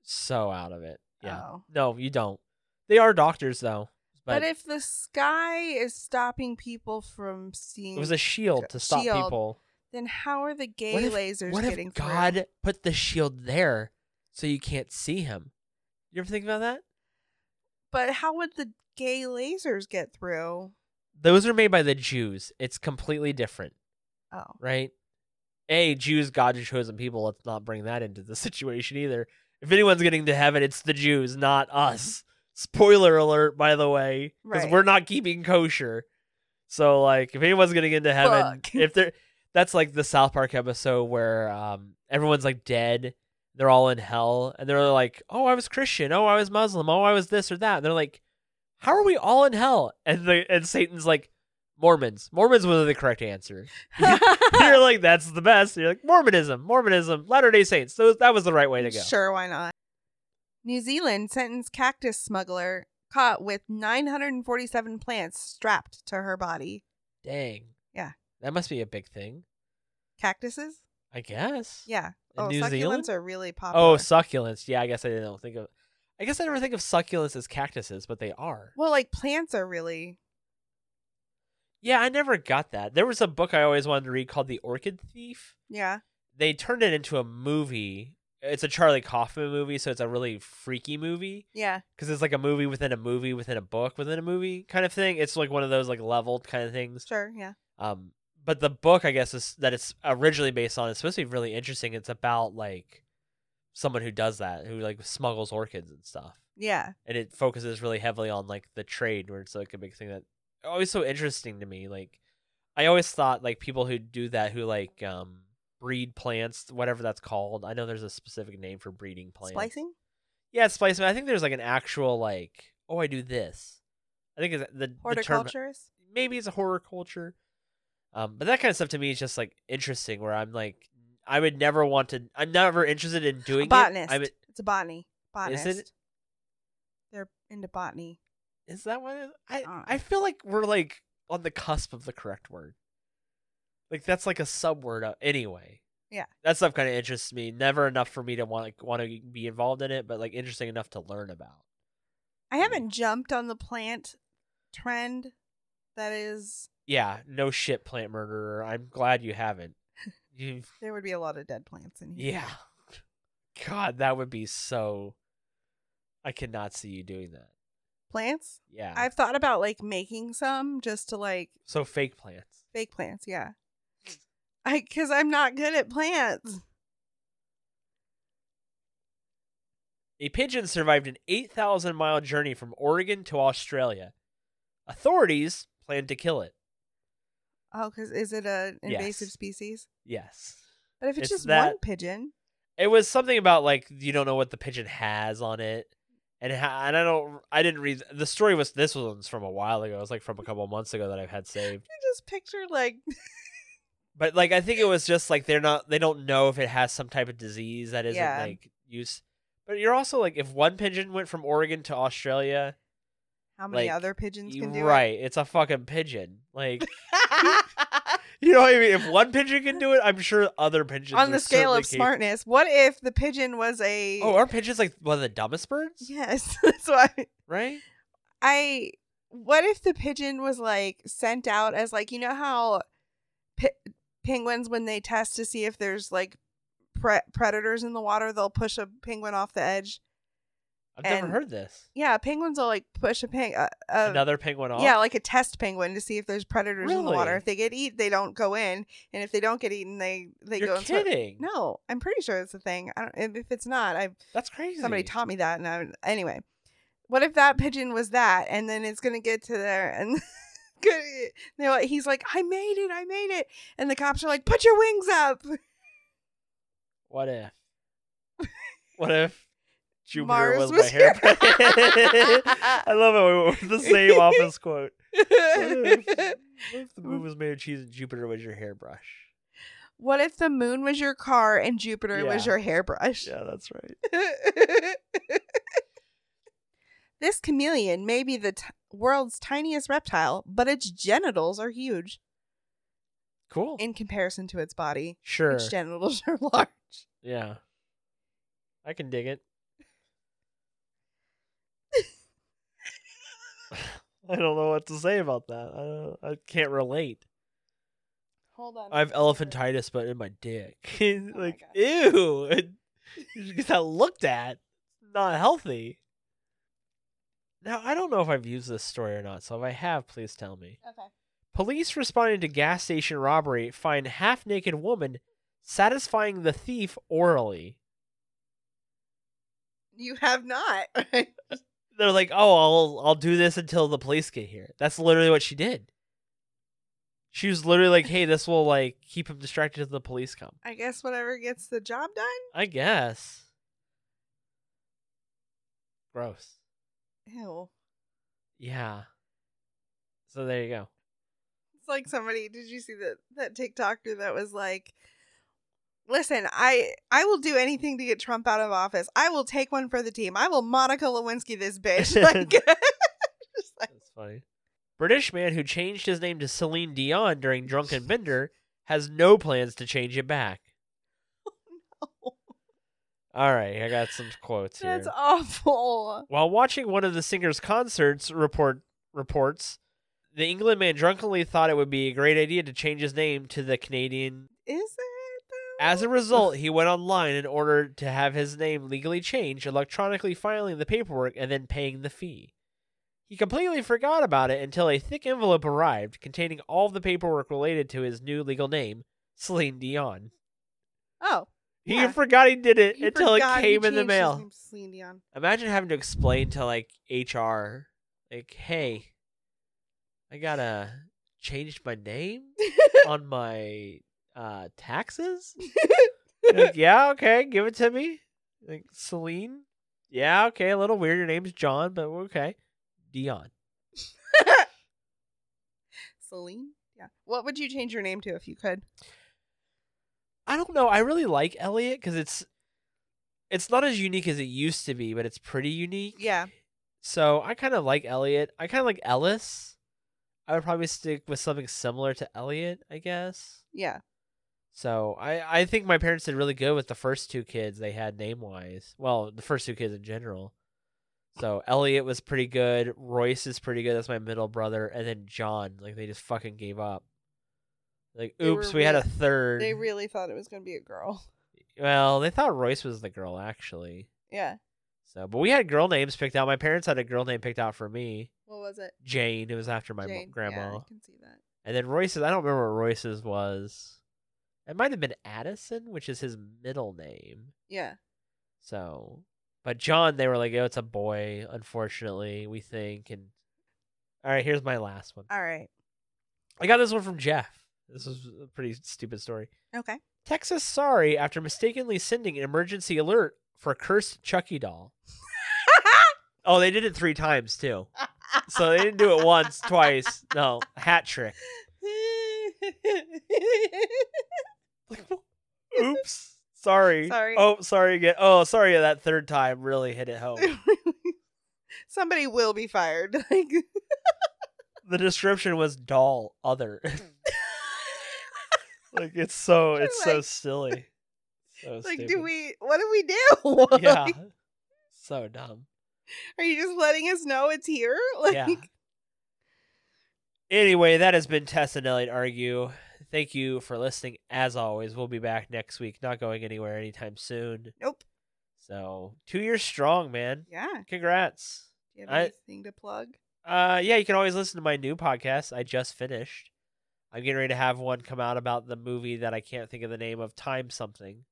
Speaker 1: so out of it. Yeah.
Speaker 2: Oh.
Speaker 1: No, you don't. They are doctors though. But,
Speaker 2: But, if the sky is stopping people from seeing,
Speaker 1: it was a shield to stop
Speaker 2: Shield.
Speaker 1: people.
Speaker 2: then how are the gay
Speaker 1: What if-
Speaker 2: lasers
Speaker 1: what
Speaker 2: getting
Speaker 1: if
Speaker 2: through?
Speaker 1: God put the shield there so you can't see him? You ever think about that?
Speaker 2: But how would the gay lasers get through?
Speaker 1: Those are made by the Jews. It's completely different,
Speaker 2: Oh.
Speaker 1: right? A Jews, God chosen people. Let's not bring that into the [LAUGHS] situation either. If anyone's getting to heaven, it's the Jews, not us. Spoiler alert, by the way, because
Speaker 2: Mm-hmm. Right.
Speaker 1: we're not keeping kosher. So, like, if anyone's getting into heaven,
Speaker 2: Fuck. [LAUGHS]
Speaker 1: if they're that's like the South Park episode where um everyone's like dead, they're all in hell, and they're like, "Oh, I was Christian. Oh, I was Muslim. Oh, I was this or that." And they're like, "How are we all in hell?" And the and Satan's like, "Mormons. Mormons was the correct answer." [LAUGHS] [LAUGHS] you're like, "That's the best." You're like, "Mormonism. Mormonism. Latter Day Saints. So that was the right way to go."
Speaker 2: Sure, why not? New Zealand sentenced cactus smuggler caught with 947 plants strapped to her body.
Speaker 1: Dang.
Speaker 2: Yeah.
Speaker 1: That must be a big thing.
Speaker 2: Cactuses?
Speaker 1: I guess.
Speaker 2: Yeah.
Speaker 1: In
Speaker 2: oh,
Speaker 1: New
Speaker 2: succulents
Speaker 1: Zealand?
Speaker 2: are really popular.
Speaker 1: Oh, succulents. Yeah, I guess I didn't think of. I guess I never think of succulents as cactuses, but they are.
Speaker 2: well, like plants are really.
Speaker 1: Yeah, I never got that. There was a book I always wanted to read called The Orchid Thief.
Speaker 2: Yeah.
Speaker 1: They turned it into a movie. It's a Charlie Kaufman movie, so it's a really freaky movie
Speaker 2: Yeah.
Speaker 1: because it's like a movie within a movie within a book within a movie kind of thing. It's like one of those like leveled kind of things.
Speaker 2: Sure. Yeah.
Speaker 1: Um, but the book, I guess, is that it's originally based on is supposed to be really interesting. It's about like someone who does that, who like smuggles orchids and stuff
Speaker 2: Yeah.
Speaker 1: and it focuses really heavily on like the trade where it's like a big thing that always so interesting to me like i always thought like people who do that who like um breed plants whatever that's called i know there's a specific name for breeding plants
Speaker 2: Splicing?
Speaker 1: yeah splicing i think there's like an actual like oh i do this i think is the, the term
Speaker 2: Horticulturist?
Speaker 1: maybe it's a horticulture um but that kind of stuff to me is just like interesting where i'm like i would never want to i'm never interested in
Speaker 2: A
Speaker 1: doing
Speaker 2: botanist.
Speaker 1: it i'm
Speaker 2: it's a botany. Botanist.
Speaker 1: is it
Speaker 2: into botany.
Speaker 1: Is that what it is? I
Speaker 2: Uh.
Speaker 1: I feel like we're like on the cusp of the correct word. Like that's like a subword uh, anyway.
Speaker 2: Yeah.
Speaker 1: That stuff kind of interests me. Never enough for me to want like, want to be involved in it, but like interesting enough to learn about.
Speaker 2: I
Speaker 1: Hmm.
Speaker 2: haven't jumped on the plant trend that is
Speaker 1: Yeah, no shit, plant murderer. I'm glad you
Speaker 2: [LAUGHS]
Speaker 1: haven't. You
Speaker 2: there would be a lot of dead plants in here.
Speaker 1: Yeah. God, that would be so I cannot see you doing that.
Speaker 2: Plants?
Speaker 1: Yeah.
Speaker 2: I've thought about like making some just to like
Speaker 1: so fake plants.
Speaker 2: fake plants, yeah.
Speaker 1: Mm.
Speaker 2: I cuz I'm not good at plants.
Speaker 1: A pigeon survived an 8,000 mile journey from Oregon to Australia. Authorities plan to kill it.
Speaker 2: Oh, cuz is it a invasive
Speaker 1: Yes.
Speaker 2: species?
Speaker 1: Yes.
Speaker 2: But if it's,
Speaker 1: It's
Speaker 2: just one
Speaker 1: that-
Speaker 2: pigeon,
Speaker 1: It was something about like you don't know what the pigeon has on it. And, ha- and I don't, I didn't read the story. Was this one's from a while ago? It was like from a couple months ago that I've had saved.
Speaker 2: I just picture like [LAUGHS]
Speaker 1: But like I think it was just like they're not they don't know if it has some type of disease that isn't
Speaker 2: Yeah.
Speaker 1: like use. But you're also like if one pigeon went from Oregon to Australia,
Speaker 2: how many
Speaker 1: Like,
Speaker 2: other pigeons
Speaker 1: you-
Speaker 2: can do
Speaker 1: right, it's a fucking pigeon.
Speaker 2: [LAUGHS]
Speaker 1: Like [LAUGHS]
Speaker 2: it.
Speaker 1: you know what I mean? If one pigeon can do it, I'm sure other pigeons
Speaker 2: on
Speaker 1: are
Speaker 2: the scale of
Speaker 1: certainly cap-
Speaker 2: smartness, what if the pigeon was a [LAUGHS]
Speaker 1: Oh, are pigeons like one of the dumbest birds?
Speaker 2: Yes, [LAUGHS] that's why
Speaker 1: Right?
Speaker 2: I what if the pigeon was like sent out as like you know how pe- penguins when they test to see if there's like pre- predators in the water they'll push a penguin off the edge.
Speaker 1: I've
Speaker 2: And-
Speaker 1: never heard this.
Speaker 2: Yeah, penguins will like push a peng uh, uh,
Speaker 1: Another penguin off.
Speaker 2: yeah, like a test penguin to see if there's predators in the water.
Speaker 1: Really?
Speaker 2: If they get eat, they don't go in, and if they don't get eaten, they they go
Speaker 1: You're
Speaker 2: and swim.
Speaker 1: kidding.
Speaker 2: No, I'm pretty sure it's a thing. I don't if- if it's not, I
Speaker 1: That's crazy.
Speaker 2: somebody taught me that and I anyway what if that pigeon was that and then it's gonna get to there and [LAUGHS] good they're like he's like i made it i made it and the cops are like put your wings up
Speaker 1: What if? [LAUGHS] what if Jupiter
Speaker 2: Mars
Speaker 1: was,
Speaker 2: was
Speaker 1: my
Speaker 2: your-
Speaker 1: hairpin? [LAUGHS] I love it. We went with the same office quote. What if, what if the moon was made of cheese and Jupiter was your hairbrush?
Speaker 2: [LAUGHS] what if the moon was your car and jupiter was
Speaker 1: Yeah.
Speaker 2: your hairbrush
Speaker 1: Yeah, that's right.
Speaker 2: [LAUGHS] this chameleon may be the t- world's tiniest reptile but its genitals are huge
Speaker 1: Cool.
Speaker 2: in comparison to its body
Speaker 1: sure.
Speaker 2: its genitals are [LAUGHS] large
Speaker 1: Yeah. I can dig it. [LAUGHS] I don't know what to say about that. I, don't, I can't relate.
Speaker 2: hold on
Speaker 1: I have elephantitis, but in my dick. [LAUGHS]
Speaker 2: my
Speaker 1: like, ew. you should get that looked at. Not healthy. Now, I don't know if I've used this story or not, so if I have, please tell me.
Speaker 2: okay
Speaker 1: Police responding to gas station robbery find half naked woman satisfying the thief orally.
Speaker 2: You
Speaker 1: [LAUGHS]
Speaker 2: have not.
Speaker 1: They're like, oh, I'll I'll do this until the police get here. That's literally what she did. She was literally like, hey, this will like keep him distracted until the police come.
Speaker 2: I guess whatever gets the job done.
Speaker 1: I guess. Gross.
Speaker 2: Ew.
Speaker 1: Yeah. So there you go.
Speaker 2: It's like somebody. Did you see that that TikToker that was like, "Listen, I I will do anything to get Trump out of office. I will take one for the team. I will Monica Lewinsky this bitch." [LAUGHS] Like, just like,
Speaker 1: That's funny. British man who changed his name to Celine Dion during
Speaker 2: [LAUGHS]
Speaker 1: Drunken Bender has no plans to change it back.
Speaker 2: Oh, no.
Speaker 1: All right, I got some quotes here.
Speaker 2: that's awful.
Speaker 1: While watching one of the singer's concerts, report reports the England man drunkenly thought it would be a great idea to change his name to the Canadian.
Speaker 2: Is it? Though?
Speaker 1: As a result, he went online in order to have his name legally changed, electronically filing the paperwork and then paying the fee. He completely forgot about it until a thick envelope arrived containing all of the paperwork related to his new legal name, Celine Dion.
Speaker 2: [LAUGHS] oh,
Speaker 1: He
Speaker 2: Yeah.
Speaker 1: forgot he did it
Speaker 2: he
Speaker 1: until it
Speaker 2: forgot he
Speaker 1: came in the
Speaker 2: changed his
Speaker 1: mail.
Speaker 2: name to Celine Dion. [LAUGHS]
Speaker 1: Imagine having to explain to like HR, like, hey, I gotta change my name
Speaker 2: [LAUGHS]
Speaker 1: on my uh taxes. like, yeah, okay, give it to me. Like Celine. Yeah, okay, a little weird. Your name's John, but okay. Dion.
Speaker 2: Celine. Yeah. What would you change your name to if you could?
Speaker 1: I don't know. I really like Elliot because it's it's not as unique as it used to be, but it's pretty unique.
Speaker 2: Yeah.
Speaker 1: So I kind of like Elliot. I kind of like Ellis. I would probably stick with something similar to Elliot, I guess.
Speaker 2: Yeah.
Speaker 1: So I I think my parents did really good with the first two kids they had name wise. Well, the first two kids in general. So Elliot was pretty good. Royce is pretty good. That's my middle brother, and then John. Like they just fucking gave up. Like,
Speaker 2: They were
Speaker 1: oops, we had a
Speaker 2: really-
Speaker 1: third.
Speaker 2: They really thought it was going to be a girl. [LAUGHS]
Speaker 1: well, they thought Royce was the girl actually.
Speaker 2: Yeah.
Speaker 1: So, but we had girl names picked out. My parents had a girl name picked out for me,
Speaker 2: What was it?
Speaker 1: Jane. It was after my mo-
Speaker 2: Jane.
Speaker 1: grandma.
Speaker 2: Yeah, I can see that.
Speaker 1: And then Royce's, I don't remember what Royce's was. It might have been Addison, which is his middle name.
Speaker 2: Yeah.
Speaker 1: So, but John, they were like, oh, it's a boy, unfortunately, we think. And all right, here's my last one.
Speaker 2: All right.
Speaker 1: I got this one from Jeff. This is a pretty stupid story. [LAUGHS]
Speaker 2: Okay. [LAUGHS]
Speaker 1: Texas sorry after mistakenly sending an emergency alert for a cursed Chucky doll. Oh, they did it three times too. So they didn't do it once, twice. No, hat trick. Oops. Sorry.
Speaker 2: Sorry.
Speaker 1: Oh, sorry again. Oh, sorry that third time really hit it
Speaker 2: [LAUGHS]
Speaker 1: home.
Speaker 2: Somebody will be fired. [LAUGHS] Like
Speaker 1: the description was doll other. like it's so
Speaker 2: You're
Speaker 1: it's so
Speaker 2: like-
Speaker 1: silly. So
Speaker 2: [LAUGHS] like do
Speaker 1: stupid.
Speaker 2: we what do we do? [LAUGHS]
Speaker 1: [LAUGHS] Yeah.
Speaker 2: Like,
Speaker 1: so dumb.
Speaker 2: Are you just letting us know it's here? [LAUGHS] Like
Speaker 1: Yeah. Anyway, that has been Tess and Elliot argue. Thank you for listening. As always, we'll be back next week. Not going anywhere anytime soon.
Speaker 2: Nope.
Speaker 1: So two years strong, man.
Speaker 2: Yeah.
Speaker 1: Congrats.
Speaker 2: Do you have
Speaker 1: I-
Speaker 2: anything to plug?
Speaker 1: Uh, yeah, you can always listen to my new podcast. I just finished. I'm getting ready to have one come out about the movie that I can't think of the name of. Time something.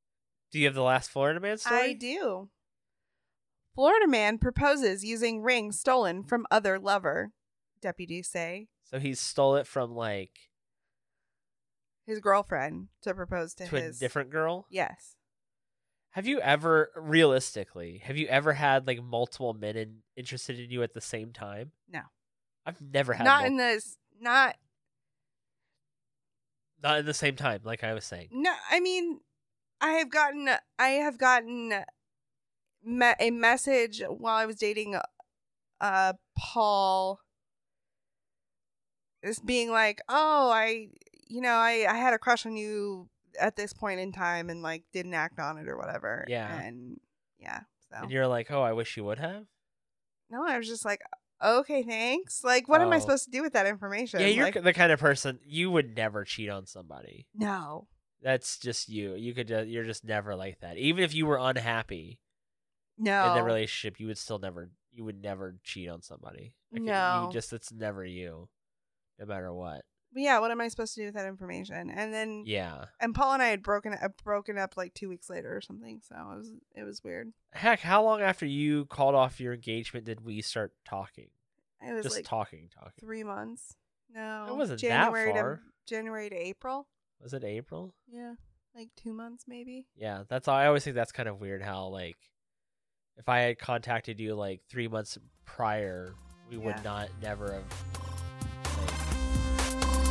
Speaker 1: Do you have the last Florida Man story?
Speaker 2: I do. Florida man proposes using ring stolen from other lover. Deputies say
Speaker 1: So he stole it from like
Speaker 2: his girlfriend to propose to,
Speaker 1: to a
Speaker 2: his
Speaker 1: different girl.
Speaker 2: Yes.
Speaker 1: Have you ever, realistically, have you ever had like multiple men in, interested in you at the same time?
Speaker 2: No.
Speaker 1: I've never had.
Speaker 2: Not
Speaker 1: mul-
Speaker 2: in this. Not
Speaker 1: not in the same time, like I was saying.
Speaker 2: no. I mean, I have gotten. I have gotten me- a message while I was dating, uh, Paul. This being like, oh, I, you know, I, I had a crush on you at this point in time, and like didn't act on it or whatever.
Speaker 1: Yeah.
Speaker 2: And yeah. So
Speaker 1: And you're like, oh, I wish you would have.
Speaker 2: no, I was just like, okay, thanks. Like, what am I
Speaker 1: Oh.
Speaker 2: supposed to do with that information?
Speaker 1: Yeah, you're
Speaker 2: Like,
Speaker 1: the kind of person you would never cheat on somebody.
Speaker 2: no.
Speaker 1: That's just you. You could. ju- You're just never like that. Even if you were unhappy
Speaker 2: No.
Speaker 1: in the relationship, you would still never. You would never cheat on somebody. could-
Speaker 2: No.
Speaker 1: you just it's never you, no matter what.
Speaker 2: But yeah, what am I supposed to do with that information? And then
Speaker 1: Yeah.
Speaker 2: and Paul and I had broken up broken up like two weeks later or something. So it was it was weird.
Speaker 1: Heck, how long after you called off your engagement did we start talking?
Speaker 2: It was
Speaker 1: Just
Speaker 2: like
Speaker 1: talking, talking.
Speaker 2: three months. No,
Speaker 1: wasn't that
Speaker 2: January
Speaker 1: far.
Speaker 2: to January to April.
Speaker 1: Was it April?
Speaker 2: Yeah, like two months maybe.
Speaker 1: Yeah, that's I always think that's kind of weird how like if I had contacted you like three months prior, we
Speaker 2: Yeah.
Speaker 1: would not never have. Like,